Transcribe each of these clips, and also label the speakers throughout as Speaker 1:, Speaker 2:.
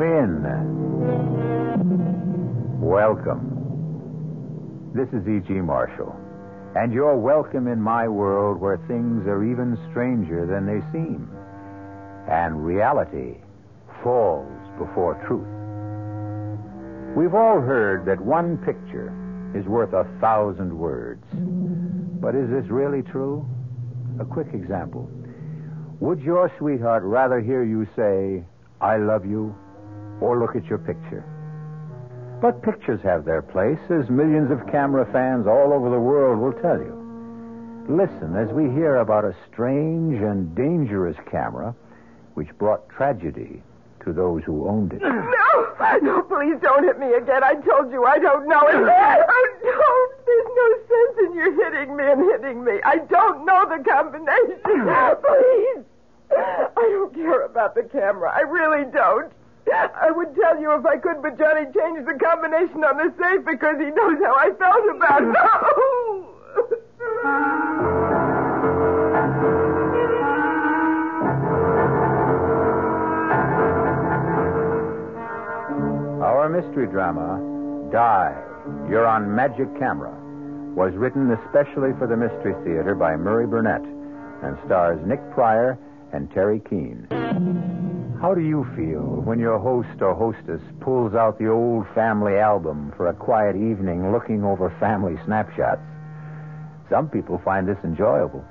Speaker 1: in. Welcome. This is E.G. Marshall, and you're welcome in my world where things are even stranger than they seem, and reality falls before truth. We've all heard that one picture is worth a thousand words. But is this really true? A quick example. Would your sweetheart rather hear you say, I love you, or look at your picture? But pictures have their place, as millions of camera fans all over the world will tell you. Listen as we hear about a strange and dangerous camera which brought tragedy to those who owned it.
Speaker 2: No! No, please don't hit me again. I told you I don't know it. Oh, don't. There's no sense in you hitting me and hitting me. I don't know the combination. Please. I don't care about the camera. I really don't. I would tell you if I could, but Johnny changed the combination on the safe because he knows how I felt about it. No!
Speaker 1: Our mystery drama, Die, You're on Magic Camera, was written especially for the Mystery Theater by Murray Burnett and stars Nick Pryor and Terry Keane. How do you feel when your host or hostess pulls out the old family album for a quiet evening looking over family snapshots? Some people find this enjoyable.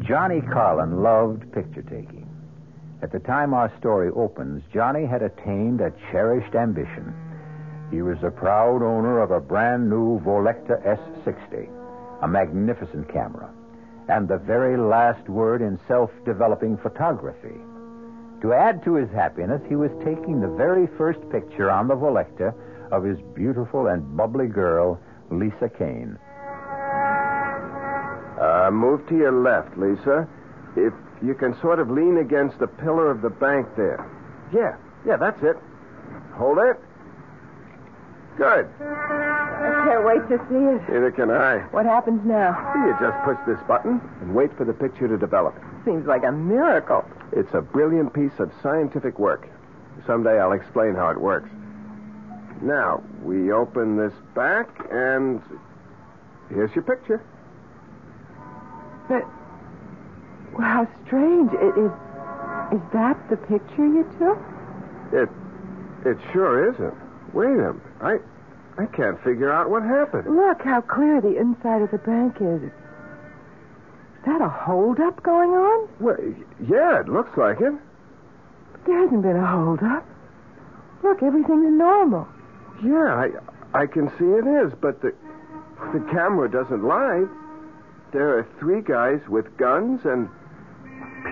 Speaker 1: Johnny Carlin loved picture taking. At the time our story opens, Johnny had attained a cherished ambition. He was the proud owner of a brand new Volecta S60, a magnificent camera, and the very last word in self developing photography. To add to his happiness, he was taking the very first picture on the Volecta of his beautiful and bubbly girl, Lisa Kane.
Speaker 3: Uh, move to your left, Lisa. If you can sort of lean against the pillar of the bank there. Yeah, yeah, that's it. Hold it. Good.
Speaker 2: I can't wait to see it.
Speaker 3: Neither can I.
Speaker 2: What happens now?
Speaker 3: You just push this button and wait for the picture to develop.
Speaker 2: Seems like a miracle.
Speaker 3: It's a brilliant piece of scientific work. Someday I'll explain how it works. Now, we open this back, and here's your picture.
Speaker 2: But well, how strange! It, it, is that the picture you took?
Speaker 3: It, it sure isn't. Wait a minute. I, I can't figure out what happened.
Speaker 2: Look how clear the inside of the bank is. Is that a holdup going on?
Speaker 3: Well, y- yeah, it looks like it.
Speaker 2: There hasn't been a holdup. Look, everything's normal.
Speaker 3: Yeah, I, I can see it is, but the, the camera doesn't lie. There are three guys with guns and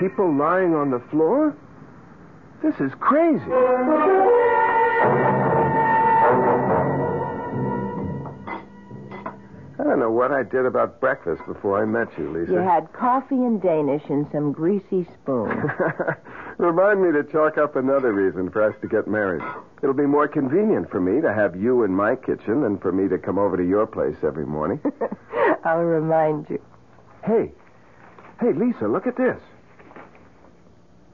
Speaker 3: people lying on the floor. This is crazy. I don't know what I did about breakfast before I met you, Lisa.
Speaker 4: You had coffee and Danish and some greasy spoon.
Speaker 3: Remind me to chalk up another reason for us to get married. It'll be more convenient for me to have you in my kitchen than for me to come over to your place every morning.
Speaker 4: I'll remind you.
Speaker 3: hey, hey, Lisa, look at this.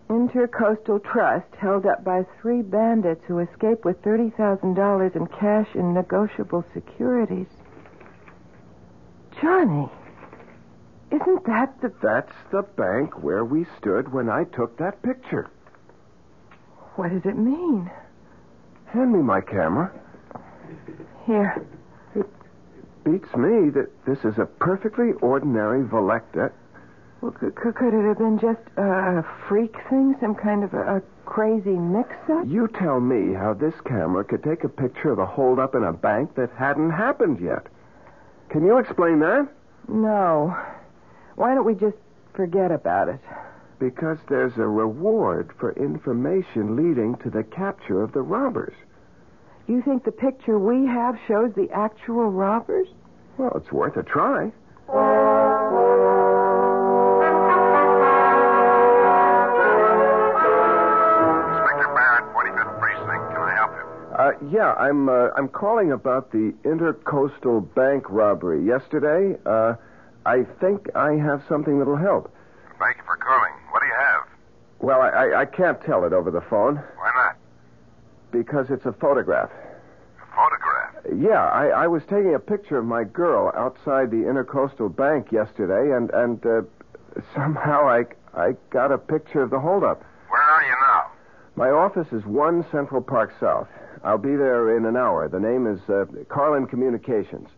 Speaker 2: Intercoastal Trust held up by three bandits who escaped with $30,000 in cash and negotiable securities. Johnny, isn't that the.
Speaker 3: That's the bank where we stood when I took that picture.
Speaker 2: What does it mean?
Speaker 3: Hand me my camera.
Speaker 2: Here.
Speaker 3: Beats me that this is a perfectly ordinary Volecta.
Speaker 2: Well, could, could it have been just uh, a freak thing? Some kind of a, a crazy mix up?
Speaker 3: You tell me how this camera could take a picture of a holdup in a bank that hadn't happened yet. Can you explain that?
Speaker 2: No. Why don't we just forget about it?
Speaker 3: Because there's a reward for information leading to the capture of the robbers.
Speaker 2: You think the picture we have shows the actual robbers?
Speaker 3: Well, it's worth a try.
Speaker 5: Inspector Barrett, 45th Precinct. Can I help you?
Speaker 3: Uh, yeah, I'm uh, I'm calling about the intercoastal bank robbery yesterday. Uh, I think I have something that'll help.
Speaker 5: Thank you for calling. What do you have?
Speaker 3: Well, I, I, I can't tell it over the phone.
Speaker 5: Why not?
Speaker 3: because it's a photograph.
Speaker 6: A photograph.
Speaker 3: Yeah, I, I was taking a picture of my girl outside the Intercoastal Bank yesterday, and and uh, somehow I I got a picture of the holdup.
Speaker 6: Where are you now?
Speaker 3: My office is one Central Park South. I'll be there in an hour. The name is uh, Carlin Communications.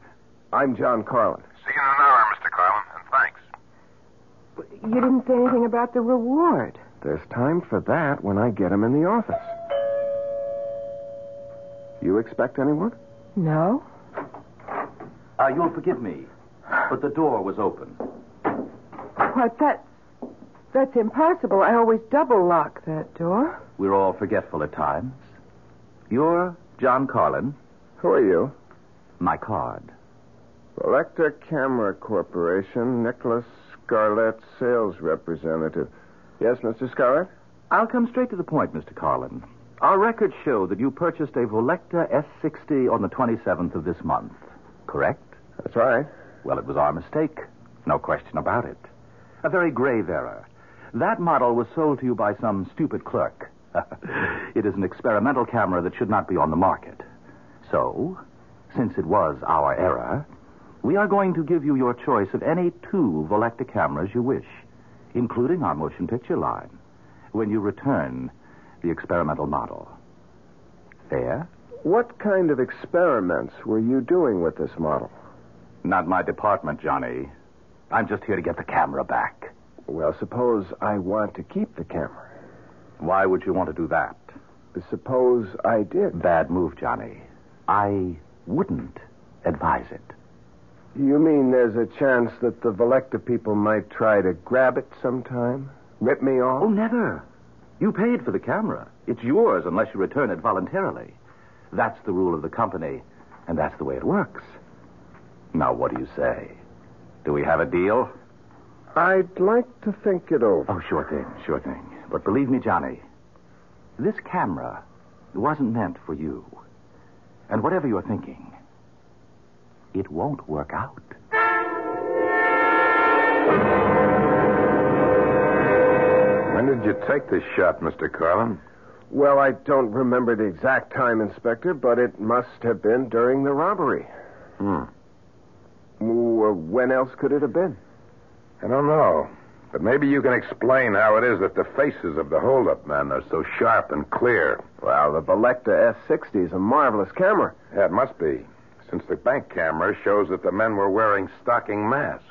Speaker 3: I'm John Carlin.
Speaker 6: See you in an hour, Mr. Carlin, and thanks.
Speaker 2: You didn't say anything about the reward.
Speaker 3: There's time for that when I get him in the office. You expect anyone?
Speaker 2: No?
Speaker 1: Uh, you'll forgive me, but the door was open.
Speaker 2: What? That. That's impossible. I always double lock that door.
Speaker 1: We're all forgetful at times. You're John Carlin.
Speaker 3: Who are you?
Speaker 1: My card.
Speaker 3: Electra Camera Corporation, Nicholas Scarlett, sales representative. Yes, Mr. Scarlett?
Speaker 1: I'll come straight to the point, Mr. Carlin. Our records show that you purchased a Volecta S60 on the 27th of this month, correct?
Speaker 3: That's right.
Speaker 1: Well, it was our mistake. No question about it. A very grave error. That model was sold to you by some stupid clerk. it is an experimental camera that should not be on the market. So, since it was our error, we are going to give you your choice of any two Volecta cameras you wish, including our motion picture line, when you return the experimental model. Fair?
Speaker 3: What kind of experiments were you doing with this model?
Speaker 1: Not my department, Johnny. I'm just here to get the camera back.
Speaker 3: Well, suppose I want to keep the camera.
Speaker 1: Why would you want to do that?
Speaker 3: Suppose I did.
Speaker 1: Bad move, Johnny. I wouldn't advise it.
Speaker 3: You mean there's a chance that the Velecta people might try to grab it sometime? Rip me off?
Speaker 1: Oh, never. You paid for the camera. It's yours unless you return it voluntarily. That's the rule of the company, and that's the way it works. Now, what do you say? Do we have a deal?
Speaker 3: I'd like to think it over.
Speaker 1: Oh, sure thing, sure thing. But believe me, Johnny, this camera wasn't meant for you. And whatever you're thinking, it won't work out.
Speaker 6: When did you take this shot, Mr. Carlin?
Speaker 3: Well, I don't remember the exact time, Inspector, but it must have been during the robbery.
Speaker 6: Hmm.
Speaker 3: Well, When else could it have been?
Speaker 6: I don't know. But maybe you can explain how it is that the faces of the holdup men are so sharp and clear.
Speaker 3: Well, the Velecta S60 is a marvelous camera.
Speaker 6: Yeah, it must be, since the bank camera shows that the men were wearing stocking masks.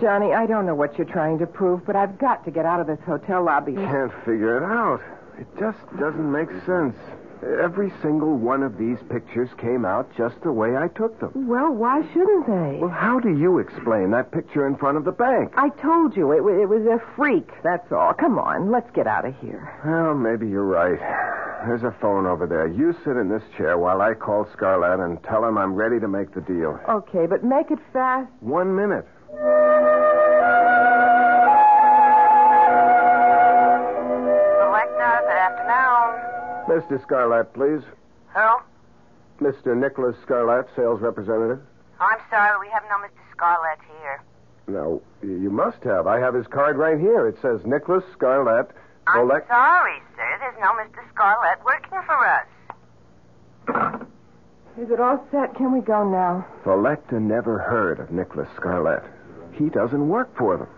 Speaker 2: Johnny, I don't know what you're trying to prove, but I've got to get out of this hotel lobby.
Speaker 3: Can't figure it out. It just doesn't make sense. Every single one of these pictures came out just the way I took them.
Speaker 2: Well, why shouldn't they?
Speaker 3: Well, how do you explain that picture in front of the bank?
Speaker 2: I told you it, wa- it was a freak. That's all. Come on, let's get out of here.
Speaker 3: Well, maybe you're right. There's a phone over there. You sit in this chair while I call Scarlett and tell him I'm ready to make the deal.
Speaker 2: Okay, but make it fast.
Speaker 3: One minute.
Speaker 7: Selecta, good afternoon.
Speaker 3: Mr. Scarlett, please.
Speaker 7: Who?
Speaker 3: Mr. Nicholas Scarlett, sales representative.
Speaker 7: I'm sorry, we have no Mr. Scarlett here.
Speaker 3: No, you must have. I have his card right here. It says Nicholas Scarlett.
Speaker 7: I'm
Speaker 3: Volec-
Speaker 7: sorry, sir. There's no Mr. Scarlett working for us.
Speaker 2: Is it all set? Can we go now?
Speaker 3: Velecta never heard of Nicholas Scarlett. He doesn't work for them.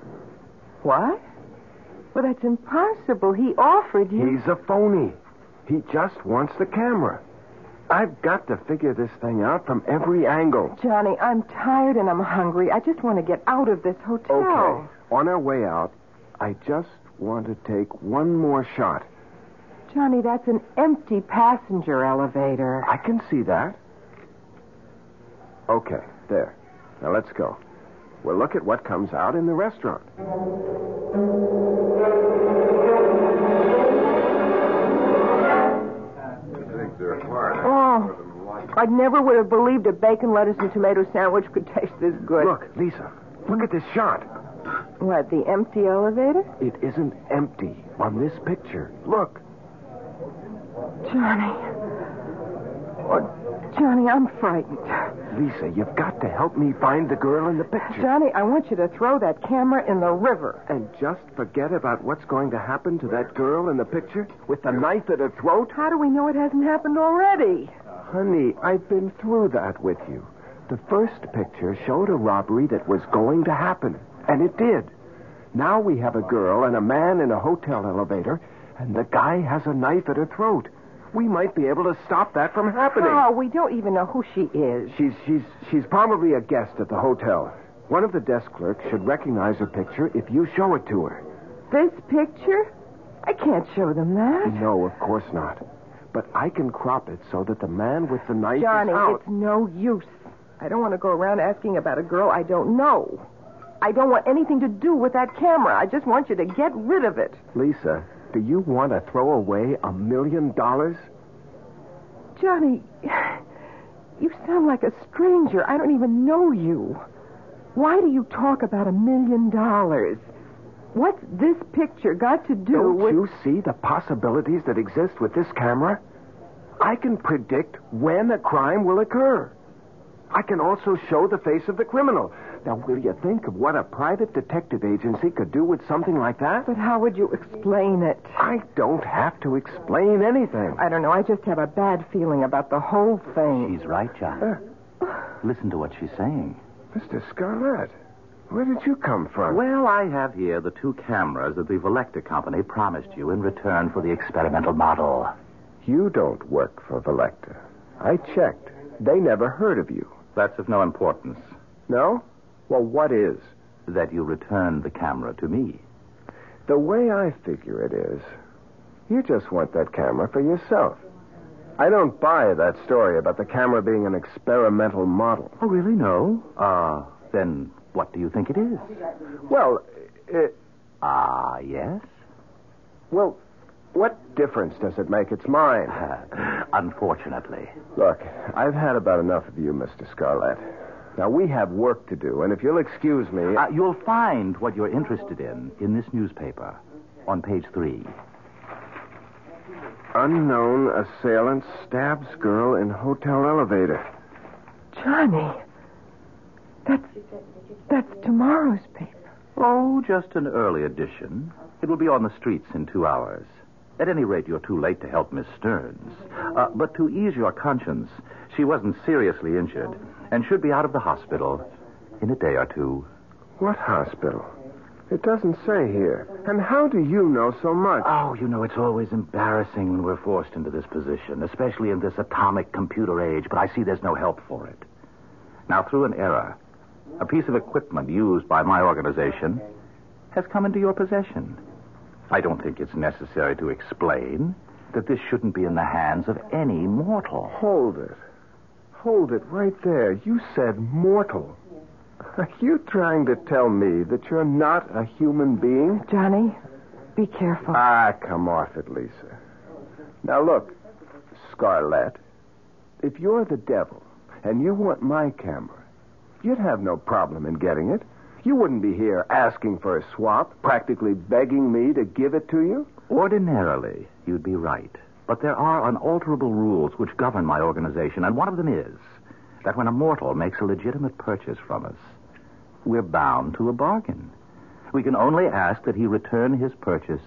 Speaker 2: What? Well, that's impossible. He offered you.
Speaker 3: He's a phony. He just wants the camera. I've got to figure this thing out from every angle.
Speaker 2: Johnny, I'm tired and I'm hungry. I just want to get out of this hotel.
Speaker 3: Okay. On our way out, I just want to take one more shot.
Speaker 2: Johnny, that's an empty passenger elevator.
Speaker 3: I can see that. Okay, there. Now let's go. We'll look at what comes out in the restaurant.
Speaker 2: Oh, I never would have believed a bacon, lettuce, and tomato sandwich could taste this good.
Speaker 3: Look, Lisa, look at this shot.
Speaker 2: What, the empty elevator?
Speaker 3: It isn't empty on this picture. Look.
Speaker 2: Johnny. What, Johnny, I'm frightened.
Speaker 3: Lisa, you've got to help me find the girl in the picture.
Speaker 2: Johnny, I want you to throw that camera in the river.
Speaker 3: And just forget about what's going to happen to that girl in the picture with the knife at her throat?
Speaker 2: How do we know it hasn't happened already?
Speaker 3: Honey, I've been through that with you. The first picture showed a robbery that was going to happen, and it did. Now we have a girl and a man in a hotel elevator, and the guy has a knife at her throat. We might be able to stop that from happening.
Speaker 2: Oh, we don't even know who she is.
Speaker 3: She's she's she's probably a guest at the hotel. One of the desk clerks should recognize her picture if you show it to her.
Speaker 2: This picture? I can't show them that.
Speaker 3: No, of course not. But I can crop it so that the man with the knife
Speaker 2: Johnny,
Speaker 3: is out.
Speaker 2: it's no use. I don't want to go around asking about a girl I don't know. I don't want anything to do with that camera. I just want you to get rid of it.
Speaker 3: Lisa, do you want to throw away a million dollars?
Speaker 2: Johnny, you sound like a stranger. I don't even know you. Why do you talk about a million dollars? What's this picture got to do
Speaker 3: Don't
Speaker 2: with.
Speaker 3: you see the possibilities that exist with this camera? I can predict when a crime will occur. I can also show the face of the criminal. Now, will you think of what a private detective agency could do with something like that?
Speaker 2: But how would you explain it?
Speaker 3: I don't have to explain anything.
Speaker 2: I don't know. I just have a bad feeling about the whole thing.
Speaker 1: She's right, John. Listen to what she's saying.
Speaker 3: Mr. Scarlett, where did you come from?
Speaker 1: Well, I have here the two cameras that the Volecta Company promised you in return for the experimental model.
Speaker 3: You don't work for Velecta. I checked. They never heard of you.
Speaker 1: That's of no importance.
Speaker 3: No? Well, what is?
Speaker 1: That you returned the camera to me.
Speaker 3: The way I figure it is, you just want that camera for yourself. I don't buy that story about the camera being an experimental model.
Speaker 1: Oh, really? No. Uh, then what do you think it is?
Speaker 3: Well, it,
Speaker 1: Ah, yes?
Speaker 3: well, what difference does it make? It's mine.
Speaker 1: Unfortunately.
Speaker 3: Look, I've had about enough of you, Mr. Scarlett. Now, we have work to do, and if you'll excuse me.
Speaker 1: Uh, you'll find what you're interested in in this newspaper on page three.
Speaker 3: Unknown assailant stabs girl in hotel elevator.
Speaker 2: Johnny, that's, that's tomorrow's paper.
Speaker 1: Oh, just an early edition. It will be on the streets in two hours. At any rate, you're too late to help Miss Stearns. Uh, but to ease your conscience, she wasn't seriously injured and should be out of the hospital in a day or two.
Speaker 3: What hospital? It doesn't say here. And how do you know so much?
Speaker 1: Oh, you know, it's always embarrassing when we're forced into this position, especially in this atomic computer age, but I see there's no help for it. Now, through an error, a piece of equipment used by my organization has come into your possession. I don't think it's necessary to explain that this shouldn't be in the hands of any mortal.
Speaker 3: Hold it. Hold it right there. You said mortal. Are you trying to tell me that you're not a human being?
Speaker 2: Johnny, be careful.
Speaker 3: Ah, come off it, Lisa. Now look, Scarlett, if you're the devil and you want my camera, you'd have no problem in getting it. You wouldn't be here asking for a swap, practically begging me to give it to you.
Speaker 1: Ordinarily, you'd be right. But there are unalterable rules which govern my organization, and one of them is that when a mortal makes a legitimate purchase from us, we're bound to a bargain. We can only ask that he return his purchase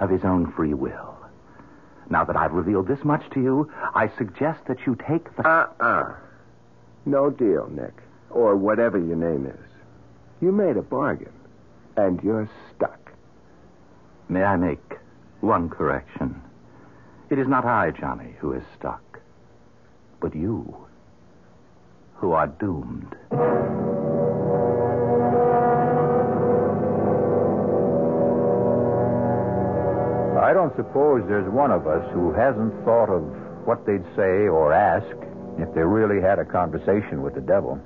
Speaker 1: of his own free will. Now that I've revealed this much to you, I suggest that you take the.
Speaker 3: Uh-uh. No deal, Nick. Or whatever your name is. You made a bargain, and you're stuck.
Speaker 1: May I make one correction? It is not I, Johnny, who is stuck, but you, who are doomed.
Speaker 8: I don't suppose there's one of us who hasn't thought of what they'd say or ask if they really had a conversation with the devil.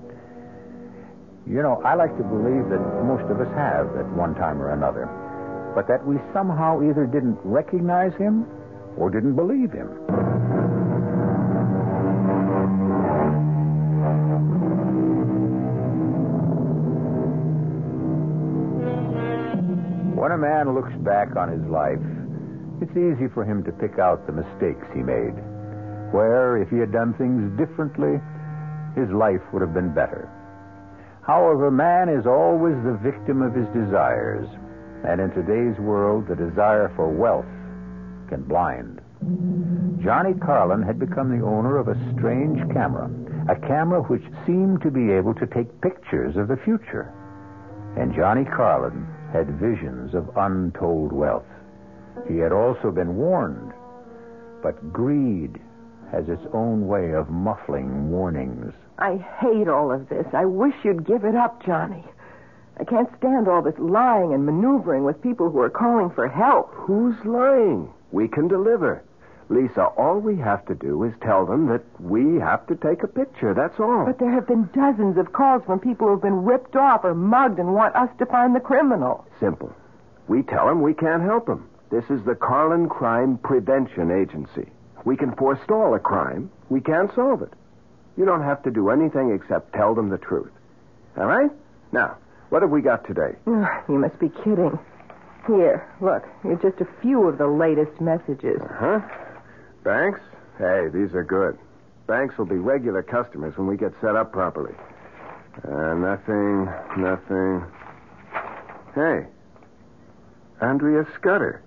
Speaker 8: You know, I like to believe that most of us have at one time or another, but that we somehow either didn't recognize him or didn't believe him. When a man looks back on his life, it's easy for him to pick out the mistakes he made. where, if he had done things differently, his life would have been better. However, man is always the victim of his desires, and in today's world, the desire for wealth can blind. Johnny Carlin had become the owner of a strange camera, a camera which seemed to be able to take pictures of the future. And Johnny Carlin had visions of untold wealth. He had also been warned, but greed has its own way of muffling warnings.
Speaker 2: I hate all of this. I wish you'd give it up, Johnny. I can't stand all this lying and maneuvering with people who are calling for help.
Speaker 3: Who's lying? We can deliver. Lisa, all we have to do is tell them that we have to take a picture. That's all.
Speaker 2: But there have been dozens of calls from people who've been ripped off or mugged and want us to find the criminal.
Speaker 3: Simple. We tell them we can't help them. This is the Carlin Crime Prevention Agency. We can forestall a crime. We can't solve it. You don't have to do anything except tell them the truth. All right? Now, what have we got today?
Speaker 2: Ugh, You must be kidding. Here, look, here's just a few of the latest messages.
Speaker 3: Huh? Uh-huh. Banks? Hey, these are good. Banks will be regular customers when we get set up properly. Uh, nothing, nothing. Hey, Andrea Scudder.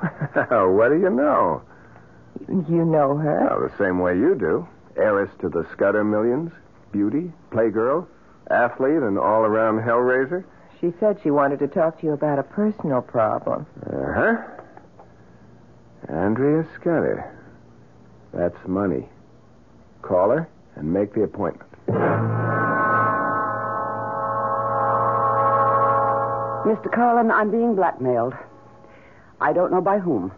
Speaker 3: what do you know?
Speaker 2: You know her.
Speaker 3: Well, the same way you do. Heiress to the Scudder millions, beauty, playgirl, athlete, and all around hellraiser.
Speaker 2: She said she wanted to talk to you about a personal problem.
Speaker 3: Uh huh. Andrea Scudder. That's money. Call her and make the appointment.
Speaker 9: Mr. Carlin, I'm being blackmailed. I don't know by whom.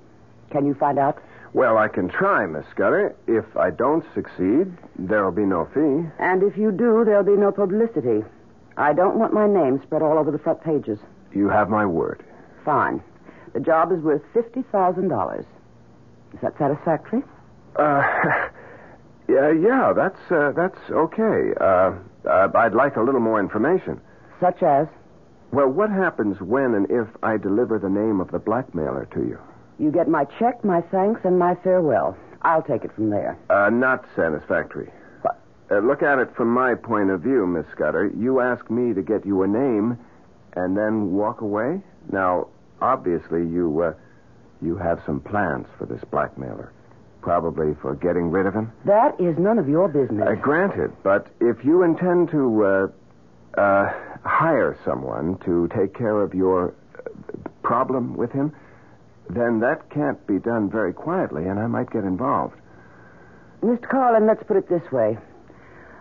Speaker 9: Can you find out?
Speaker 3: Well, I can try, Miss Scudder. If I don't succeed, there'll be no fee.
Speaker 9: And if you do, there'll be no publicity. I don't want my name spread all over the front pages.
Speaker 3: You have my word.
Speaker 9: Fine. The job is worth $50,000. Is that satisfactory?
Speaker 3: Uh, yeah, yeah, that's uh, that's okay. Uh, uh, I'd like a little more information.
Speaker 9: Such as
Speaker 3: Well, what happens when and if I deliver the name of the blackmailer to you?
Speaker 9: you get my check, my thanks, and my farewell. I'll take it from there.
Speaker 3: Uh, not satisfactory.
Speaker 9: What?
Speaker 3: Uh, look at it from my point of view, Miss Scudder. You ask me to get you a name and then walk away? Now, obviously, you, uh, you have some plans for this blackmailer. Probably for getting rid of him.
Speaker 9: That is none of your
Speaker 3: Uh,
Speaker 9: business.
Speaker 3: granted, but if you intend to, uh, uh, hire someone to take care of your uh, problem with him, then that can't be done very quietly, and I might get involved.
Speaker 9: Mr. Carlin, let's put it this way.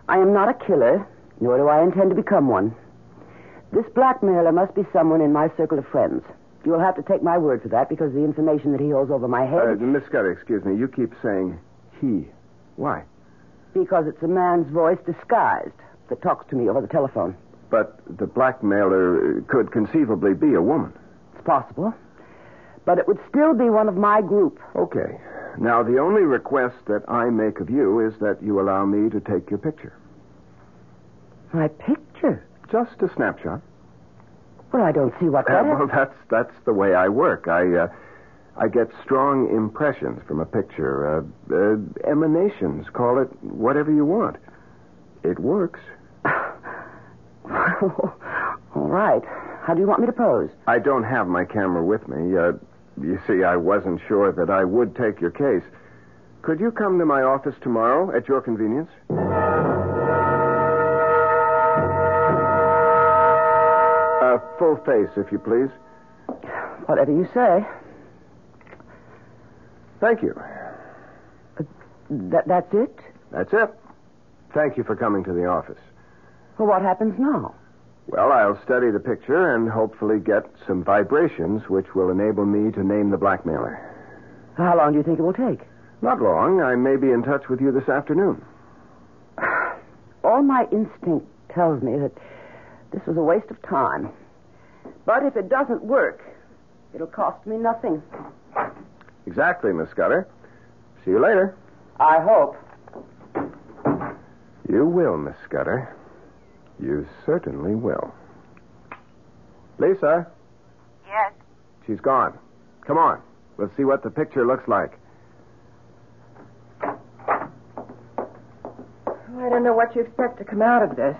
Speaker 9: I am not a killer, nor do I intend to become one. This blackmailer must be someone in my circle of friends. You'll have to take my word for that because the information that he holds over my
Speaker 3: Uh,
Speaker 9: head,
Speaker 3: Miss Scudder, excuse me. You keep saying he. Why?
Speaker 9: because it's a man's voice disguised that talks to me over the telephone.
Speaker 3: But the blackmailer uh, could conceivably be a woman.
Speaker 9: It's possible. But it would still be one of my group.
Speaker 3: Okay. Now, the only request that I make of you is that you allow me to take your picture.
Speaker 9: My picture?
Speaker 3: Just a snapshot.
Speaker 9: Well, I don't see
Speaker 3: Uh,
Speaker 9: what that...
Speaker 3: well, that's, that's the way I work. I, uh, I get strong impressions from a picture, uh, uh, emanations, call it whatever you want. It works.
Speaker 9: All right. How do you want me to pose?
Speaker 3: I don't have my camera with me. Uh, you see, I wasn't sure that I would take your case. Could you come to my office tomorrow at your convenience? Uh, full face, if you please.
Speaker 9: Whatever you say.
Speaker 3: Thank you.
Speaker 9: That, that's it?
Speaker 3: That's it. Thank you for coming to the office.
Speaker 9: Well, what happens now?
Speaker 3: Well, I'll study the picture and hopefully get some vibrations which will enable me to name the blackmailer.
Speaker 9: How long do you think it will take?
Speaker 3: Not long. I may be in touch with you this afternoon.
Speaker 9: All my instinct tells me that this was a waste of time. But if it doesn't work, it'll cost me nothing.
Speaker 3: Exactly, Miss Scudder. See you later.
Speaker 9: I hope.
Speaker 3: You will, Miss Scudder. You certainly will. Lisa,
Speaker 7: Yes.
Speaker 3: she's gone. Come on. Let's see what the picture looks like.
Speaker 2: I Oh, don't know what you expect to come out of this.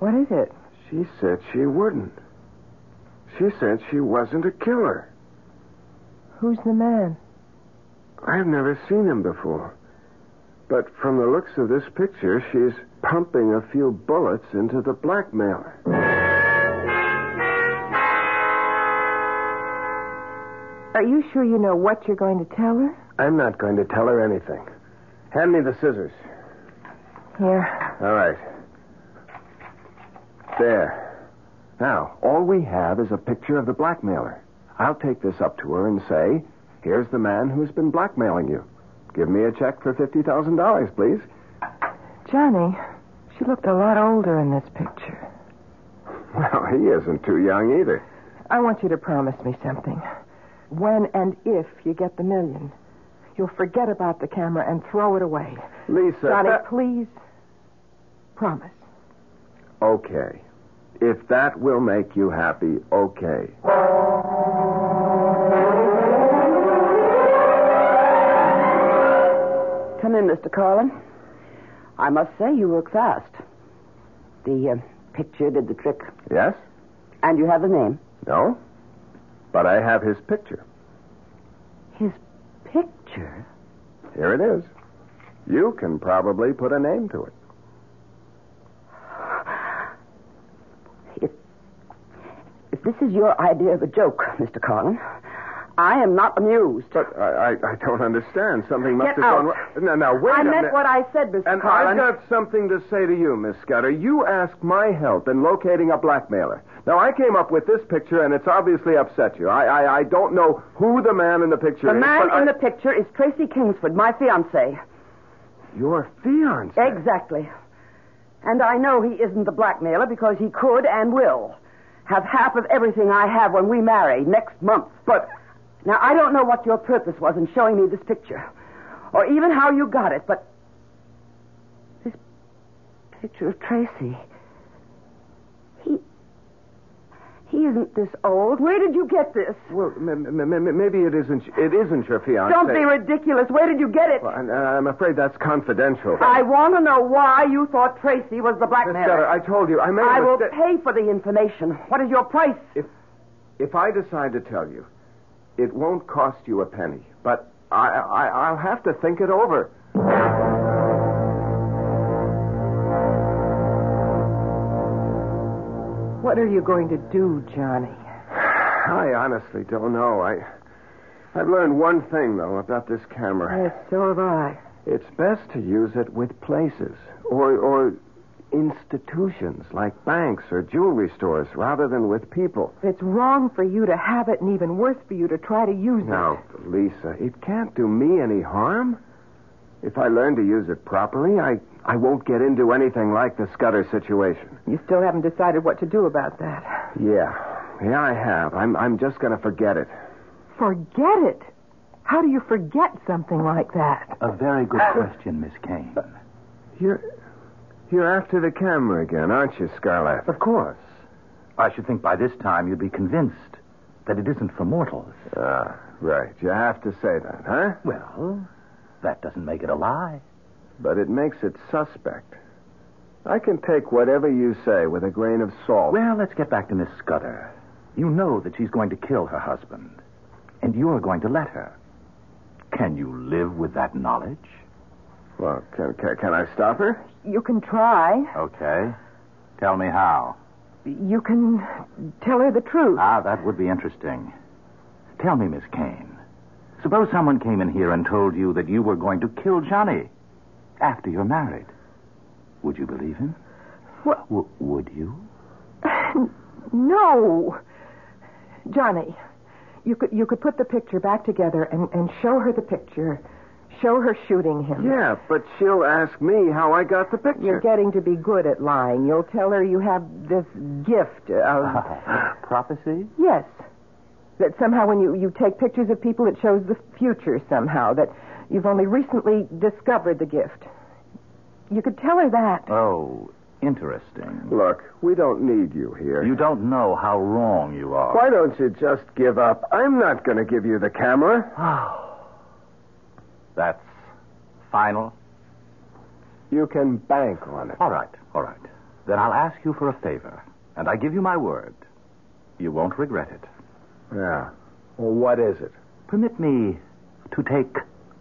Speaker 2: What is it?
Speaker 3: She said she wouldn't. She said she wasn't a killer.
Speaker 2: Who's the man?
Speaker 3: I've never seen him before. But from the looks of this picture, she's pumping a few bullets into the blackmailer.
Speaker 2: Are you sure you know what you're going to tell her?
Speaker 3: I'm not going to tell her anything. Hand me the scissors.
Speaker 2: Here.
Speaker 3: All right. There. Now, all we have is a picture of the blackmailer. I'll take this up to her and say, here's the man who's been blackmailing you. Give me a check for $50,000, please.
Speaker 2: Johnny, she looked a lot older in this picture.
Speaker 3: Well, he isn't too young either.
Speaker 2: I want you to promise me something. When and if you get the million, you'll forget about the camera and throw it away.
Speaker 3: Lisa.
Speaker 2: Johnny,
Speaker 3: that-
Speaker 2: please. Promise.
Speaker 3: Okay. If that will make you happy, okay.
Speaker 9: Come in, Mr. Carlin. I must say you work fast. The uh, picture did the trick.
Speaker 3: Yes?
Speaker 9: And you have the name.
Speaker 3: No? But I have his picture.
Speaker 9: His picture?
Speaker 3: Here it is. You can probably put a name to it.
Speaker 9: If, if this is your idea of a joke, Mr. Carlin, I am not amused.
Speaker 3: But I, I, I don't understand. Something must
Speaker 9: Get
Speaker 3: have
Speaker 9: out.
Speaker 3: gone wrong. No, no, wait
Speaker 9: I
Speaker 3: a
Speaker 9: meant
Speaker 3: minute.
Speaker 9: what I said, Mr.
Speaker 3: And I've
Speaker 9: Carlin.
Speaker 3: got something to say to you, Miss Scudder. You asked my help in locating a blackmailer. Now, I came up with this picture, and it's obviously upset you. I, I, I don't know who the man in the picture
Speaker 9: The
Speaker 3: is.
Speaker 9: man
Speaker 3: but
Speaker 9: in
Speaker 3: I-
Speaker 9: the picture is Tracy Kingsford, my fiance.
Speaker 3: Your fiance.
Speaker 9: Exactly. And I know he isn't the blackmailer because he could and will have half of everything I have when we marry next month.
Speaker 3: But
Speaker 9: Now, I don't know what your purpose was in showing me this picture, or even how you got it, but this picture of Tracy. He. He isn't this old. Where did you get this?
Speaker 3: well, m- m- m- m- maybe it isn't. It isn't your fiance.
Speaker 9: Don't be ridiculous. Where did you get it?
Speaker 3: Well, I'm, I'm afraid that's confidential.
Speaker 9: I want to know why you thought Tracy was the
Speaker 3: Miss
Speaker 9: blackmailer.
Speaker 3: Scudder, I told you. I made a
Speaker 9: I will
Speaker 3: mistake.
Speaker 9: pay for the information. What is your price?
Speaker 3: If I decide to tell you, it won't cost you a penny. But I, I, I'll have to think it over.
Speaker 2: What are you going to do, Johnny?
Speaker 3: I honestly don't know. I, I've learned one thing though about this camera.
Speaker 2: Yes, so have I.
Speaker 3: It's best to use it with places or or institutions like banks or jewelry stores rather than with people.
Speaker 2: It's wrong for you to have it, and even worse for you to try to use
Speaker 3: Now, Lisa, it can't do me any harm. If I learn to use it properly, I, I won't get into anything like the Scudder situation.
Speaker 2: it. You still haven't decided what to do about that.
Speaker 3: Yeah. Yeah, I have. I'm, I'm just going to forget it.
Speaker 2: Forget it. How do you forget something like that?
Speaker 1: A very good question, Miss Kane.
Speaker 3: You're, you're after the camera again, aren't you, Scarlett?
Speaker 1: Of course. I should think by this time you'd be convinced that it isn't for mortals. Uh.
Speaker 3: Ah, right. You have to say that, huh?
Speaker 1: Well, that doesn't make it a lie.
Speaker 3: But it makes it suspect. I can take whatever you say with a grain of salt.
Speaker 1: Well, let's get back to Miss Scudder. You know that she's going to kill her husband, and you're going to let her. Can you live with that knowledge?
Speaker 3: Well, can, can, can I stop her?
Speaker 2: You can try.
Speaker 1: Okay. Tell me how.
Speaker 2: You can tell her the truth.
Speaker 1: Ah, that would be interesting. Tell me, Miss Kane. Suppose someone came in here and told you that you were going to kill Johnny after you're married. Would you believe him?
Speaker 2: What-
Speaker 1: W- would you?
Speaker 2: No. Johnny, you could you could put the picture back together and, and show her the picture. Show her shooting him.
Speaker 3: Yeah, but she'll ask me how I got the
Speaker 2: You're
Speaker 3: picture.
Speaker 2: getting to be good at lying. You'll tell her you have this gift of
Speaker 1: Prophecy?
Speaker 2: yes. That somehow when you, you take pictures of people it shows the future somehow, that you've only recently discovered the gift. You could tell her that.
Speaker 1: Oh, interesting.
Speaker 3: Look, we don't need you here.
Speaker 1: You don't know how wrong you are.
Speaker 3: Why don't you just give up? I'm not going to give you the camera.
Speaker 1: That's final?
Speaker 3: You can bank on it.
Speaker 10: All right, all right. Then I'll ask you for a favor, and I give you my word. You won't regret it.
Speaker 3: Yeah. Well, what is it?
Speaker 10: Permit me to take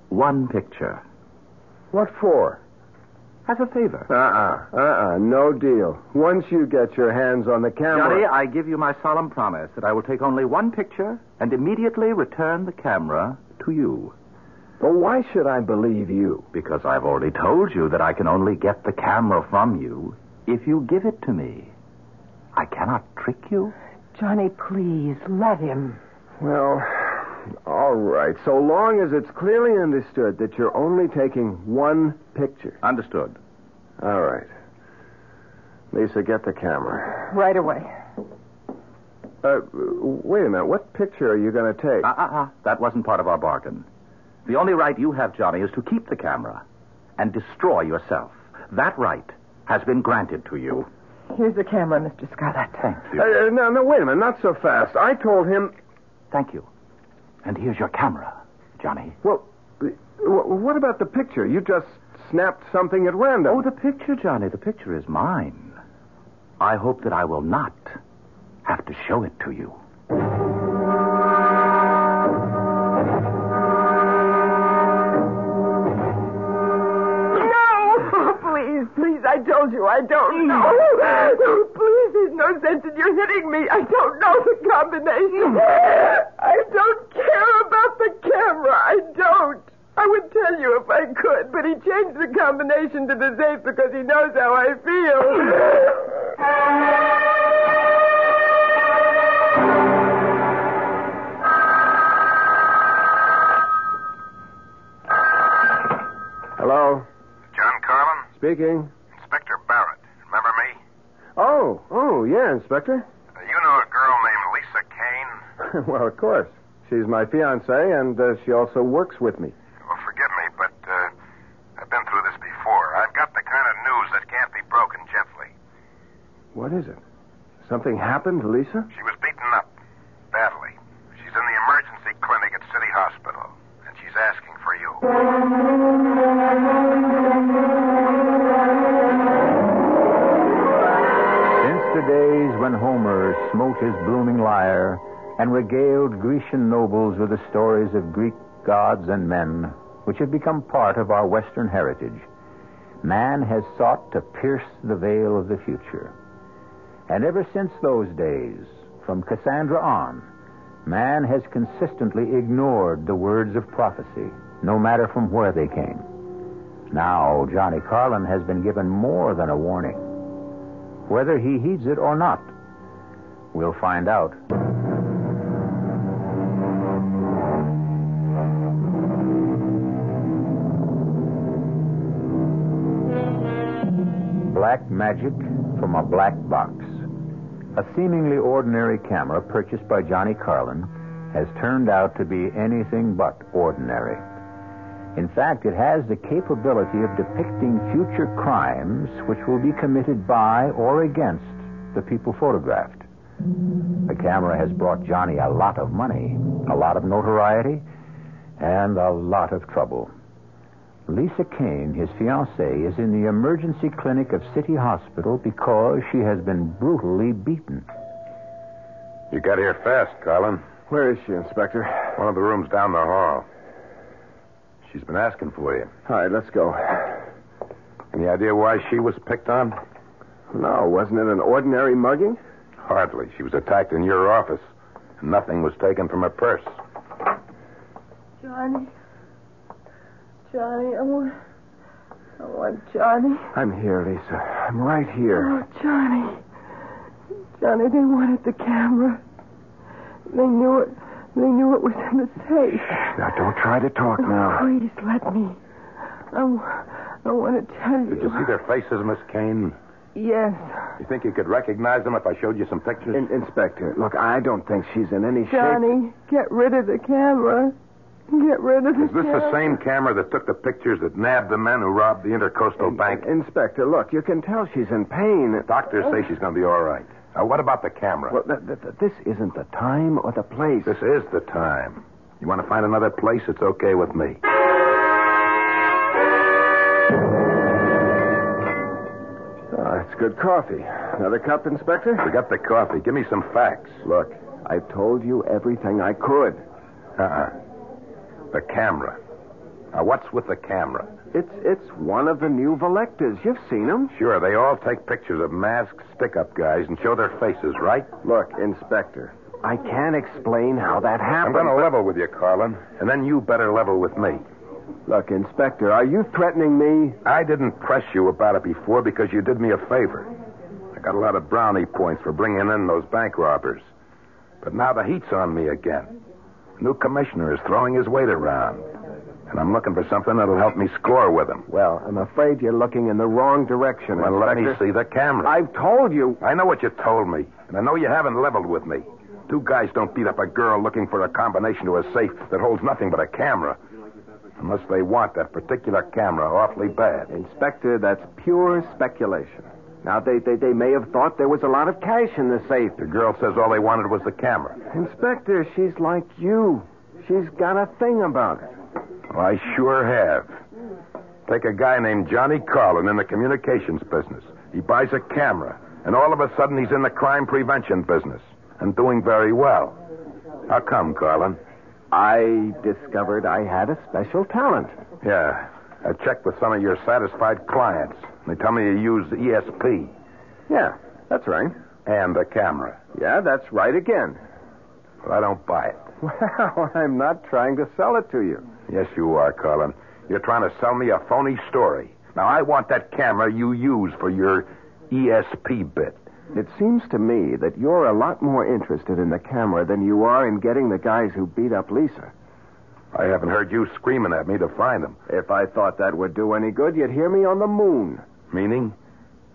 Speaker 10: one picture
Speaker 3: What for?
Speaker 10: as a favor.
Speaker 3: Uh-uh. Uh-uh. No deal. Once you get your hands on the camera...
Speaker 10: Johnny, I give you my solemn promise that I will take only one picture and immediately return the camera to you.
Speaker 3: But why should I believe you?
Speaker 10: Because I've already told you that I can only get the camera from you if you give it to me. I cannot trick you.
Speaker 11: Johnny, please, let him.
Speaker 3: Well, all right. So long as it's clearly understood that you're only taking one picture.
Speaker 10: Understood.
Speaker 3: All right. Lisa, get the camera.
Speaker 11: Right away.
Speaker 3: Uh, wait a minute. What picture are you going to take?
Speaker 10: Ah, ah, ah. That wasn't part of our bargain. The only right you have, Johnny, is to keep the camera and destroy yourself. That right has been granted to you.
Speaker 11: Here's the camera, Mr. Scarlett.
Speaker 3: Uh, uh, no, no, wait a minute. Not so fast. I told him.
Speaker 10: Thank you. And here's your camera, Johnny.
Speaker 3: Well, uh, wh- what about the picture? You just snapped something at random.
Speaker 10: Oh, the picture, Johnny. The picture is mine. I hope that I will not have to show it to you.
Speaker 2: No! Please, please, I told you I don't know. Please, there's no sense in you hitting me. I don't know the combination. I don't care about the camera. I don't. I would tell you if I could, but he changed the combination to the safe because he knows how I feel.
Speaker 3: Hello?
Speaker 6: John Carlin,
Speaker 3: Speaking.
Speaker 6: Inspector Barrett. Remember me?
Speaker 3: Oh, oh, yeah, Inspector.
Speaker 6: Uh, You know a girl named Lisa Kane?
Speaker 3: well, of course. She's my fiancée, and uh, she also works with me.
Speaker 6: Well, forgive me, but uh, I've been through this before. I've got the kind of news that can't be broken gently.
Speaker 3: What is it? Something happened to Lisa?
Speaker 6: She was beaten up badly. She's in the emergency clinic at City Hospital, and she's asking for you.
Speaker 1: Since the days when Homer smote his blooming lyre and regaled Grecian nobles with the stories of Greek gods and men, which have become part of our Western heritage, man has sought to pierce the veil of the future. And ever since those days, from Cassandra on, man has consistently ignored the words of prophecy, no matter from where they came. Now, Johnny Carlin has been given more than a warning whether he heeds it or not. We'll find out. Black magic from a black box. A seemingly ordinary camera purchased by Johnny Carlin has turned out to be anything but ordinary. In fact, it has the capability of depicting future crimes which will be committed by or against the people photographed. The camera has brought Johnny a lot of money, a lot of notoriety, and a lot of trouble. Lisa Kane, his fiancée, is in the emergency clinic of City Hospital because she has been brutally beaten.
Speaker 6: You got here fast, Carlin.
Speaker 3: Where is she, Inspector?
Speaker 6: One of the rooms down the hall. She's been asking for you.
Speaker 3: All right, let's go.
Speaker 6: Any idea why she was picked on?
Speaker 3: No, wasn't it an ordinary mugging?
Speaker 6: Hardly. She was attacked in your office. Nothing was taken from her purse.
Speaker 2: Johnny. Johnny, I want. I want Johnny.
Speaker 3: I'm here, Lisa. I'm right here.
Speaker 2: Oh, Johnny. Johnny, they wanted the camera. They knew it. They knew it was in the safe.
Speaker 3: Now, don't try to talk now.
Speaker 2: Please let me. I, w- I want to tell you.
Speaker 6: Did you see their faces, Miss Kane?
Speaker 2: Yes.
Speaker 6: You think you could recognize them if I showed you some pictures?
Speaker 3: In- Inspector, look, I don't think she's in any shape.
Speaker 2: Johnny, get rid of the camera. Get rid of the
Speaker 6: Is this
Speaker 2: camera.
Speaker 6: the same camera that took the pictures that nabbed the men who robbed the Intercoastal Bank?
Speaker 3: Inspector, look, you can tell she's in pain.
Speaker 6: Doctors say she's going to be all right. Now, what about the camera?
Speaker 3: Well, th- th- th- this isn't the time or the place.
Speaker 6: This is the time. You want to find another place? It's okay with me.
Speaker 3: Uh, it's good coffee. Another cup, Inspector?
Speaker 6: We got the coffee. Give me some facts.
Speaker 3: Look, I told you everything I could.
Speaker 6: Uh-uh. The camera. Now, what's with the camera?
Speaker 3: It's it's one of the new Velectas. You've seen them.
Speaker 6: Sure, they all take pictures of masked stick-up guys and show their faces, right?
Speaker 3: Look, Inspector, I can't explain how that
Speaker 6: I'm
Speaker 3: happened.
Speaker 6: going to level with you, Carlin, and then you better level with me.
Speaker 3: Look, Inspector, are you threatening me?
Speaker 6: I didn't press you about it before because you did me a favor. I got a lot of brownie points for bringing in those bank robbers. But now the heat's on me again. The new commissioner is throwing his weight around. And I'm looking for something that'll help me score with him.
Speaker 3: Well, I'm afraid you're looking in the wrong direction,
Speaker 6: Well, let me
Speaker 3: Inspector.
Speaker 6: see the camera.
Speaker 3: I've told you.
Speaker 6: I know what you told me, and I know you haven't leveled with me. Two guys don't beat up a girl looking for a combination to a safe that holds nothing but a camera. Unless they want that particular camera awfully bad.
Speaker 3: Inspector, that's pure speculation. Now, they, they, they may have thought there was a lot of cash in the safe.
Speaker 6: The girl says all they wanted was the camera.
Speaker 3: Inspector, she's like you. She's got a thing about it.
Speaker 6: Well, I sure have. Take a guy named Johnny Carlin in the communications business. He buys a camera, and all of a sudden he's in the crime prevention business and doing very well. How come, Carlin?
Speaker 3: I discovered I had a special talent.
Speaker 6: Yeah. I checked with some of your satisfied clients. They tell me you use ESP
Speaker 3: Yeah, that's right.
Speaker 6: and a camera.
Speaker 3: Yeah, that's right again.
Speaker 6: But I don't buy it.
Speaker 3: Well, I'm not trying to sell it to you.
Speaker 6: Yes, you are, Carlin. You're trying to sell me a phony story. Now, I want that camera you use for your ESP bit.
Speaker 3: It seems to me that you're a lot more interested in the camera than you are in getting the guys who beat up Lisa.
Speaker 6: I haven't heard you screaming at me to find them.
Speaker 3: If I thought that would do any good, you'd hear me on the moon.
Speaker 6: Meaning?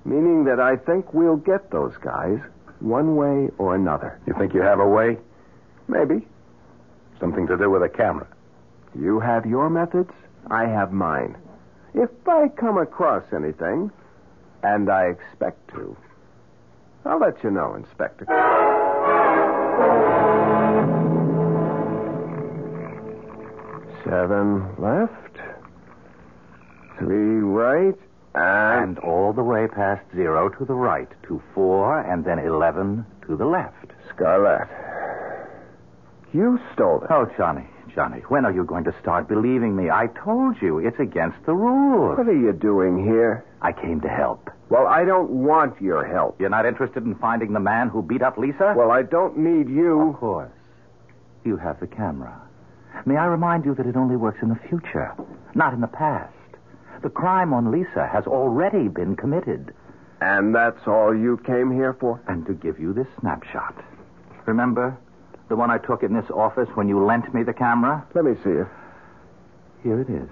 Speaker 3: Meaning that I think we'll get those guys one way or another.
Speaker 6: You think you have a way?
Speaker 3: Maybe.
Speaker 6: Something to do with a camera.
Speaker 3: You have your methods, I have mine. If I come across anything, and I expect to, I'll let you know, Inspector. Seven left, three right, and.
Speaker 1: And all the way past zero to the right, to four, and then 11 to the left.
Speaker 3: Scarlett. You stole it.
Speaker 1: Oh, Johnny, Johnny, when are you going to start believing me? I told you, it's against the rules.
Speaker 3: What are you doing here?
Speaker 1: I came to help.
Speaker 3: Well, I don't want your help.
Speaker 1: You're not interested in finding the man who beat up Lisa?
Speaker 3: Well, I don't need you.
Speaker 1: Of course. You have the camera. May I remind you that it only works in the future, not in the past. The crime on Lisa has already been committed.
Speaker 3: And that's all you came here for?
Speaker 1: And to give you this snapshot. Remember the one I took in this office when you lent me the camera?
Speaker 3: Let me see it.
Speaker 1: Here it is.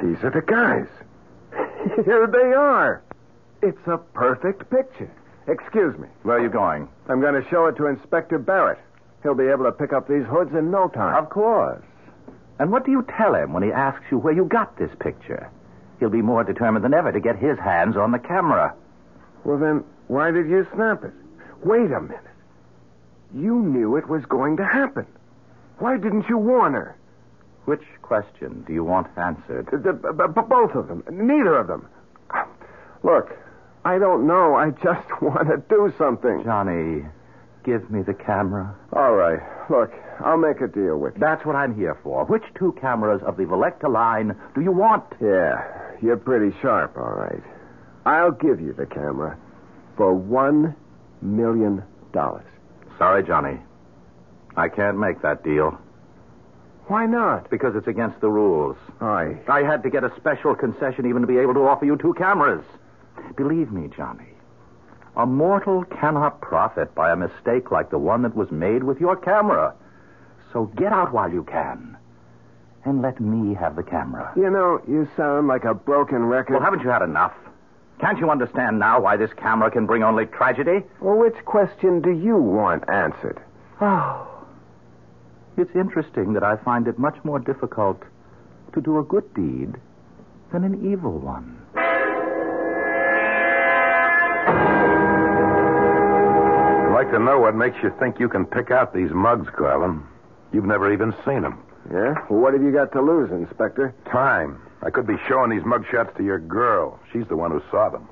Speaker 3: These are the guys. here they are. It's a perfect picture. Excuse me.
Speaker 1: Where are you going?
Speaker 3: I'm going to show it to Inspector Barrett. He'll be able to pick up these hoods in no time.
Speaker 1: Of course. And what do you tell him when he asks you where you got this picture? He'll be more determined than ever to get his hands on the camera.
Speaker 3: Well, then, why did you snap it? Wait a minute. You knew it was going to happen. Why didn't you warn her?
Speaker 1: Which question do you want answered?
Speaker 3: The, the, b- b- both of them. Neither of them. Look, I don't know. I just want to do something.
Speaker 1: Johnny, give me the camera.
Speaker 3: All right. Look, I'll make a deal with you.
Speaker 1: That's what I'm here for. Which two cameras of the Velecta line do you want?
Speaker 3: Yeah, you're pretty sharp, all right. I'll give you the camera for one million dollars.
Speaker 1: Sorry, Johnny. I can't make that deal
Speaker 3: Why not?
Speaker 1: because it's against the rules.
Speaker 3: I.
Speaker 1: I had to get a special concession even to be able to offer you two cameras. Believe me, Johnny, a mortal cannot profit by a mistake like the one that was made with your camera. So get out while you can and let me have the camera.
Speaker 3: You know, you sound like a broken record.
Speaker 1: Well, haven't you had enough? Can't you understand now why this camera can bring only tragedy?
Speaker 3: Well, which question do you want answered?
Speaker 1: Oh. It's interesting that I find it much more difficult to do a good deed than an evil one.
Speaker 6: I'd like to know what makes you think you can pick out these mugs, Carlin. You've never even seen them.
Speaker 3: Yeah? Well, what have you got to lose, Inspector?
Speaker 6: Time. I could be showing these mugshots to your girl. She's the one who saw them.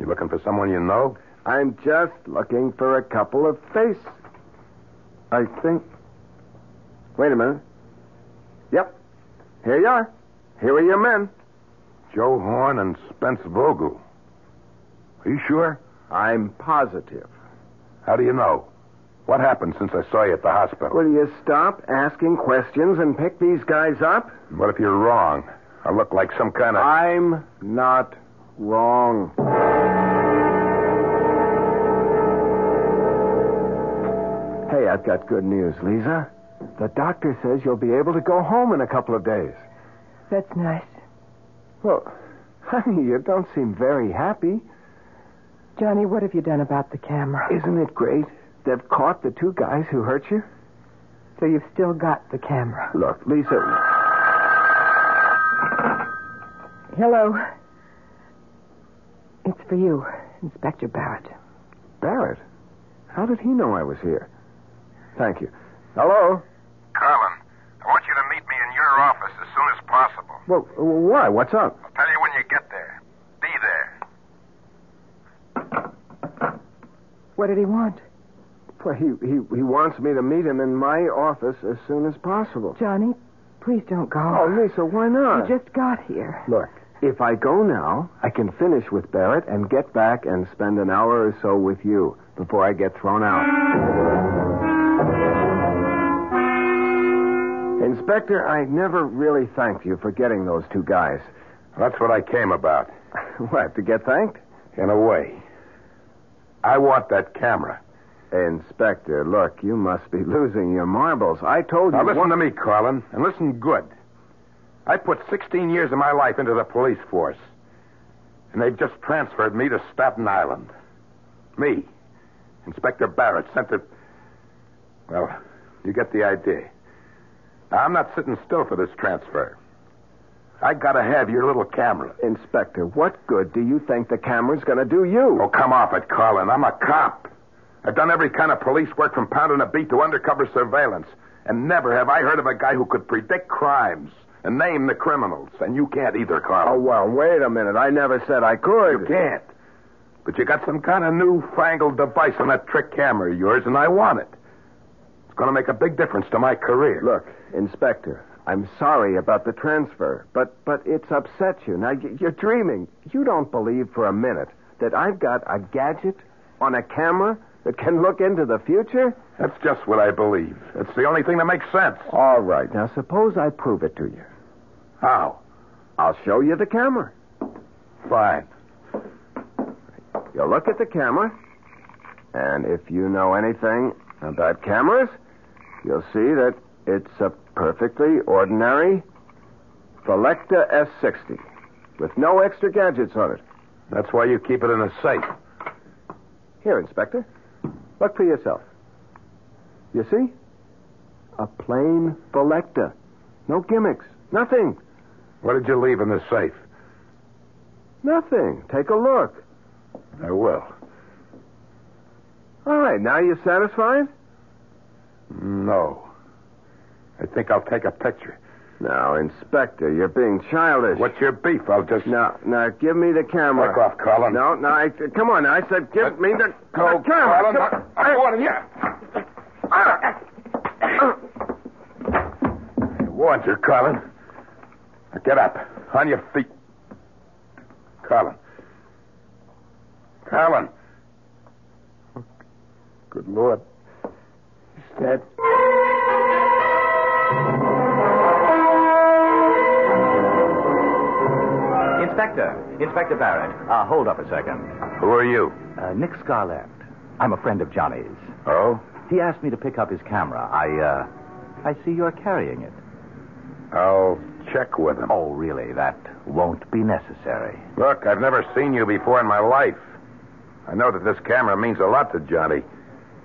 Speaker 6: You looking for someone you know?
Speaker 3: I'm just looking for a couple of face. I think. Wait a minute. Yep. Here you are. Here are your men.
Speaker 6: Joe Horn and Spence Vogel. Are you sure?
Speaker 3: I'm positive.
Speaker 6: How do you know? What happened since I saw you at the hospital?
Speaker 3: Will you stop asking questions and pick these guys up?
Speaker 6: What if you're wrong? I look like some kind of.
Speaker 3: I'm not wrong. Hey, I've got good news, Lisa. The doctor says you'll be able to go home in a couple of days.
Speaker 2: That's nice.
Speaker 3: Well, honey, you don't seem very happy.
Speaker 2: Johnny, what have you done about the camera?
Speaker 3: Isn't it great? They've caught the two guys who hurt you.
Speaker 2: So you've still got the camera.
Speaker 3: Look, Lisa.
Speaker 2: Hello. It's for you, Inspector Barrett.
Speaker 3: Barrett. How did he know I was here? Thank you. Hello?
Speaker 6: Carlin, I want you to meet me in your office as soon as possible.
Speaker 3: Well, why? What's up?
Speaker 6: I'll tell you when you get there. Be there.
Speaker 2: What did he want?
Speaker 3: Well, he, he, he wants me to meet him in my office as soon as possible.
Speaker 2: Johnny, please don't go.
Speaker 3: Oh, Lisa, why not?
Speaker 2: You just got here.
Speaker 3: Look, if I go now, I can finish with Barrett and get back and spend an hour or so with you before I get thrown out. Inspector, I never really thanked you for getting those two guys.
Speaker 6: That's what I came about,
Speaker 3: What, to get thanked?
Speaker 6: in a way. I want that camera.
Speaker 3: Inspector, look, you must be losing your marbles. I told you.
Speaker 6: Now, listen
Speaker 3: one-
Speaker 6: to me, Carlin, and listen good. I put 16 years of my life into the police force, and they've just transferred me to Staten Island. Me, Inspector Barrett, sent to. Well, you get the idea. Now, I'm not sitting still for this transfer. I gotta have your little camera.
Speaker 3: Inspector, what good do you think the camera's going to do you?
Speaker 6: Oh, come off it, Carlin. I'm a cop. I've done every kind of police work from pounding a beat to undercover surveillance. And never have I heard of a guy who could predict crimes and name the criminals. And you can't either,
Speaker 3: Oh,
Speaker 6: Carlin.
Speaker 3: well, wait a minute. I never said I could.
Speaker 6: you can't. But you got some kind of newfangled device on that trick camera of yours, and I want it. It's going to make a big difference to my career.
Speaker 3: Look, Inspector, I'm sorry about the transfer, but but it's upset you. Now y- you're dreaming. You don't believe for a minute that I've got a gadget on a camera that can look into the future?
Speaker 6: that's just what I believe. It's the only thing that makes sense.
Speaker 3: All right. Now suppose I prove it to you.
Speaker 6: How?
Speaker 3: I'll show you the camera.
Speaker 6: Fine.
Speaker 3: You'll look at the camera, and if you know anything about cameras, you'll see that it's a perfectly ordinary Selecta S60 with no extra gadgets on it.
Speaker 6: That's why you keep it in a safe.
Speaker 3: Here, Inspector. Look for yourself. You see? A plain Velecta. No gimmicks. Nothing.
Speaker 6: What did you leave in the safe?
Speaker 3: Nothing. Take a look.
Speaker 6: I will.
Speaker 3: All right, now you satisfied?
Speaker 6: No. I think I'll take a picture.
Speaker 3: Now, Inspector, you're being childish.
Speaker 6: What's your beef? I'll just.
Speaker 3: Now, now, give me the camera.
Speaker 6: Back off, Colin.
Speaker 3: No, no, I, come on. I said, give me the,
Speaker 6: Go,
Speaker 3: the camera.
Speaker 6: Colin.
Speaker 3: Come
Speaker 6: I- I'm warning you. I warned you, Colin. Now Get up. On your feet. Colin. Colin. Good Lord. He's dead.
Speaker 1: Inspector, Inspector Barrett, uh, hold up a second.
Speaker 6: Who are you?
Speaker 1: Uh, Nick Scarland. I'm a friend of Johnny's.
Speaker 6: Oh?
Speaker 1: He asked me to pick up his camera. I, uh, I see you're carrying it.
Speaker 6: I'll check with him.
Speaker 1: Oh, really? That won't be necessary.
Speaker 6: Look, I've never seen you before in my life. I know that this camera means a lot to Johnny.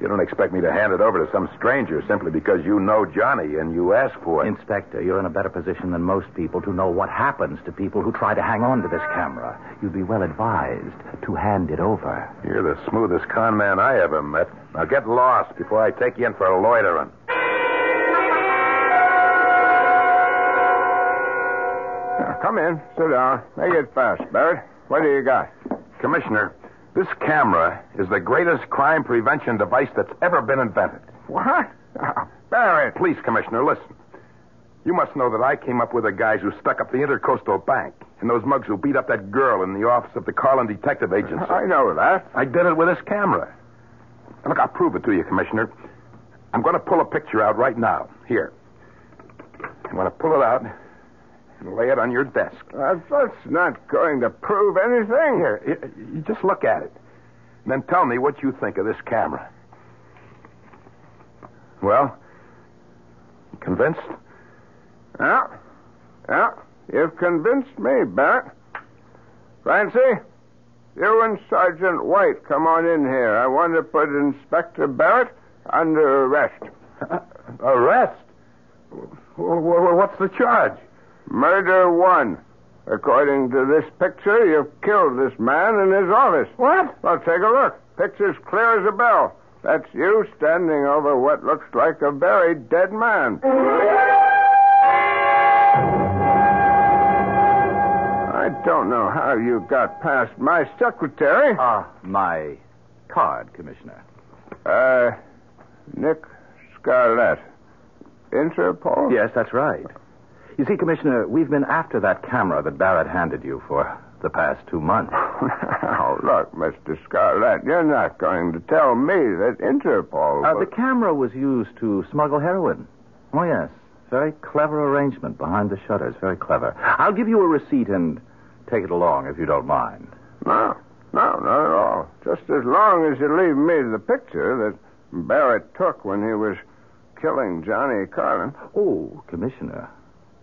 Speaker 6: You don't expect me to hand it over to some stranger simply because you know Johnny and you ask for it.
Speaker 1: Inspector, you're in a better position than most people to know what happens to people who try to hang on to this camera. You'd be well advised to hand it over.
Speaker 6: You're the smoothest con man I ever met. Now get lost before I take you in for loitering.
Speaker 3: Now, come in. Sit down. Make it fast, Barrett. What do you got?
Speaker 6: Commissioner,
Speaker 12: This camera is the greatest crime prevention device that's ever been invented.
Speaker 3: What?
Speaker 12: Barrett. Please, Commissioner, listen. You must know that I came up with the guys who stuck up the Intercoastal Bank and those mugs who beat up that girl in the office of the Carlin Detective Agency.
Speaker 3: I know that.
Speaker 12: I did it with this camera. Look, I'll prove it to you, Commissioner. I'm going to pull a picture out right now. Here. I'm going to pull it out and lay it on your desk.
Speaker 3: Uh, that's not going to prove anything.
Speaker 12: Here, y- you just look at it. And then tell me what you think of this camera. Well, convinced?
Speaker 3: Yeah. Yeah. You've convinced me, Barrett. Clancy, you and Sergeant White come on in here. I want to put Inspector Barrett under arrest.
Speaker 12: Arrest? Well, well, what's the charge?
Speaker 3: Murder one. According to this picture, you've killed this man in his office.
Speaker 12: What?
Speaker 3: Well, take a look. Picture's clear as a bell. That's you standing over what looks like a buried dead man. I don't know how you got past my secretary.
Speaker 13: Ah, my card, Commissioner.
Speaker 3: Uh, Nick Scarlett. Interpol?
Speaker 13: Yes, that's right. You see, Commissioner, we've been after that camera that Barrett handed you for the past two months.
Speaker 3: now, look, Mr. Scarlett, you're not going to tell me that Interpol.
Speaker 13: Uh,
Speaker 3: was-
Speaker 13: the camera was used to smuggle heroin. Oh, yes. Very clever arrangement behind the shutters. Very clever. I'll give you a receipt and take it along if you don't mind.
Speaker 3: No, no, not at all. Just as long as you leave me the picture that Barrett took when he was killing Johnny Carlin.
Speaker 13: Oh, Commissioner,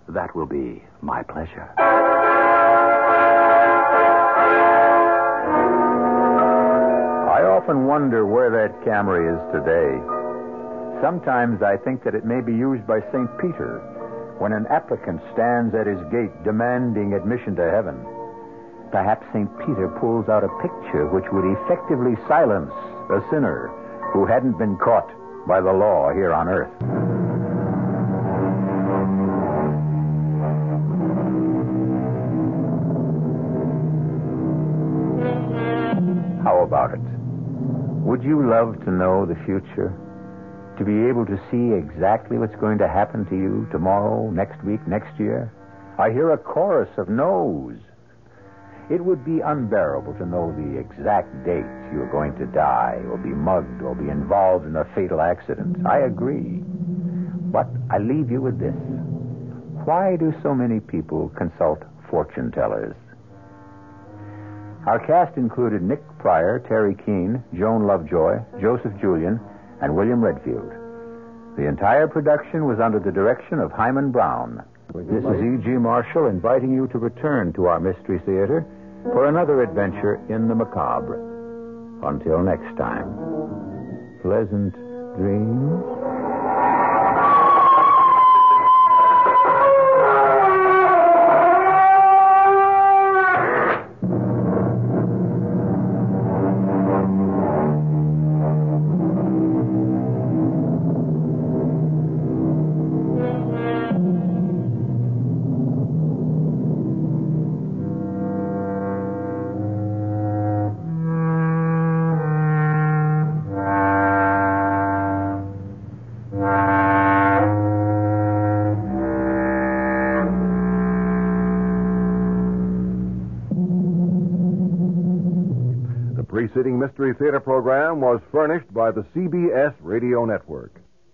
Speaker 13: that will be my pleasure.
Speaker 1: I often wonder where that camera is today. Sometimes I think that it may be used by St. Peter when an applicant stands at his gate demanding admission to heaven. Perhaps St. Peter pulls out a picture which would effectively silence a sinner who hadn't been caught by the law here on earth. How about it? Would you love to know the future? To be able to see exactly what's going to happen to you tomorrow, next week, next year? I hear a chorus of no's. It would be unbearable to know the exact date you're going to die or be mugged or be involved in a fatal accident. I agree. But I leave you with this. Why do so many people consult fortune tellers? Our cast included Nick Pryor, Terry Keane, Joan Lovejoy, Joseph Julian, and William Redfield. The entire production was under the direction of Hyman Brown. This is E.G. Marshall inviting you to return to our Mystery Theater for another adventure in the macabre. Until next time, pleasant dreams.
Speaker 14: The preceding Mystery Theater program was furnished by the CBS Radio Network.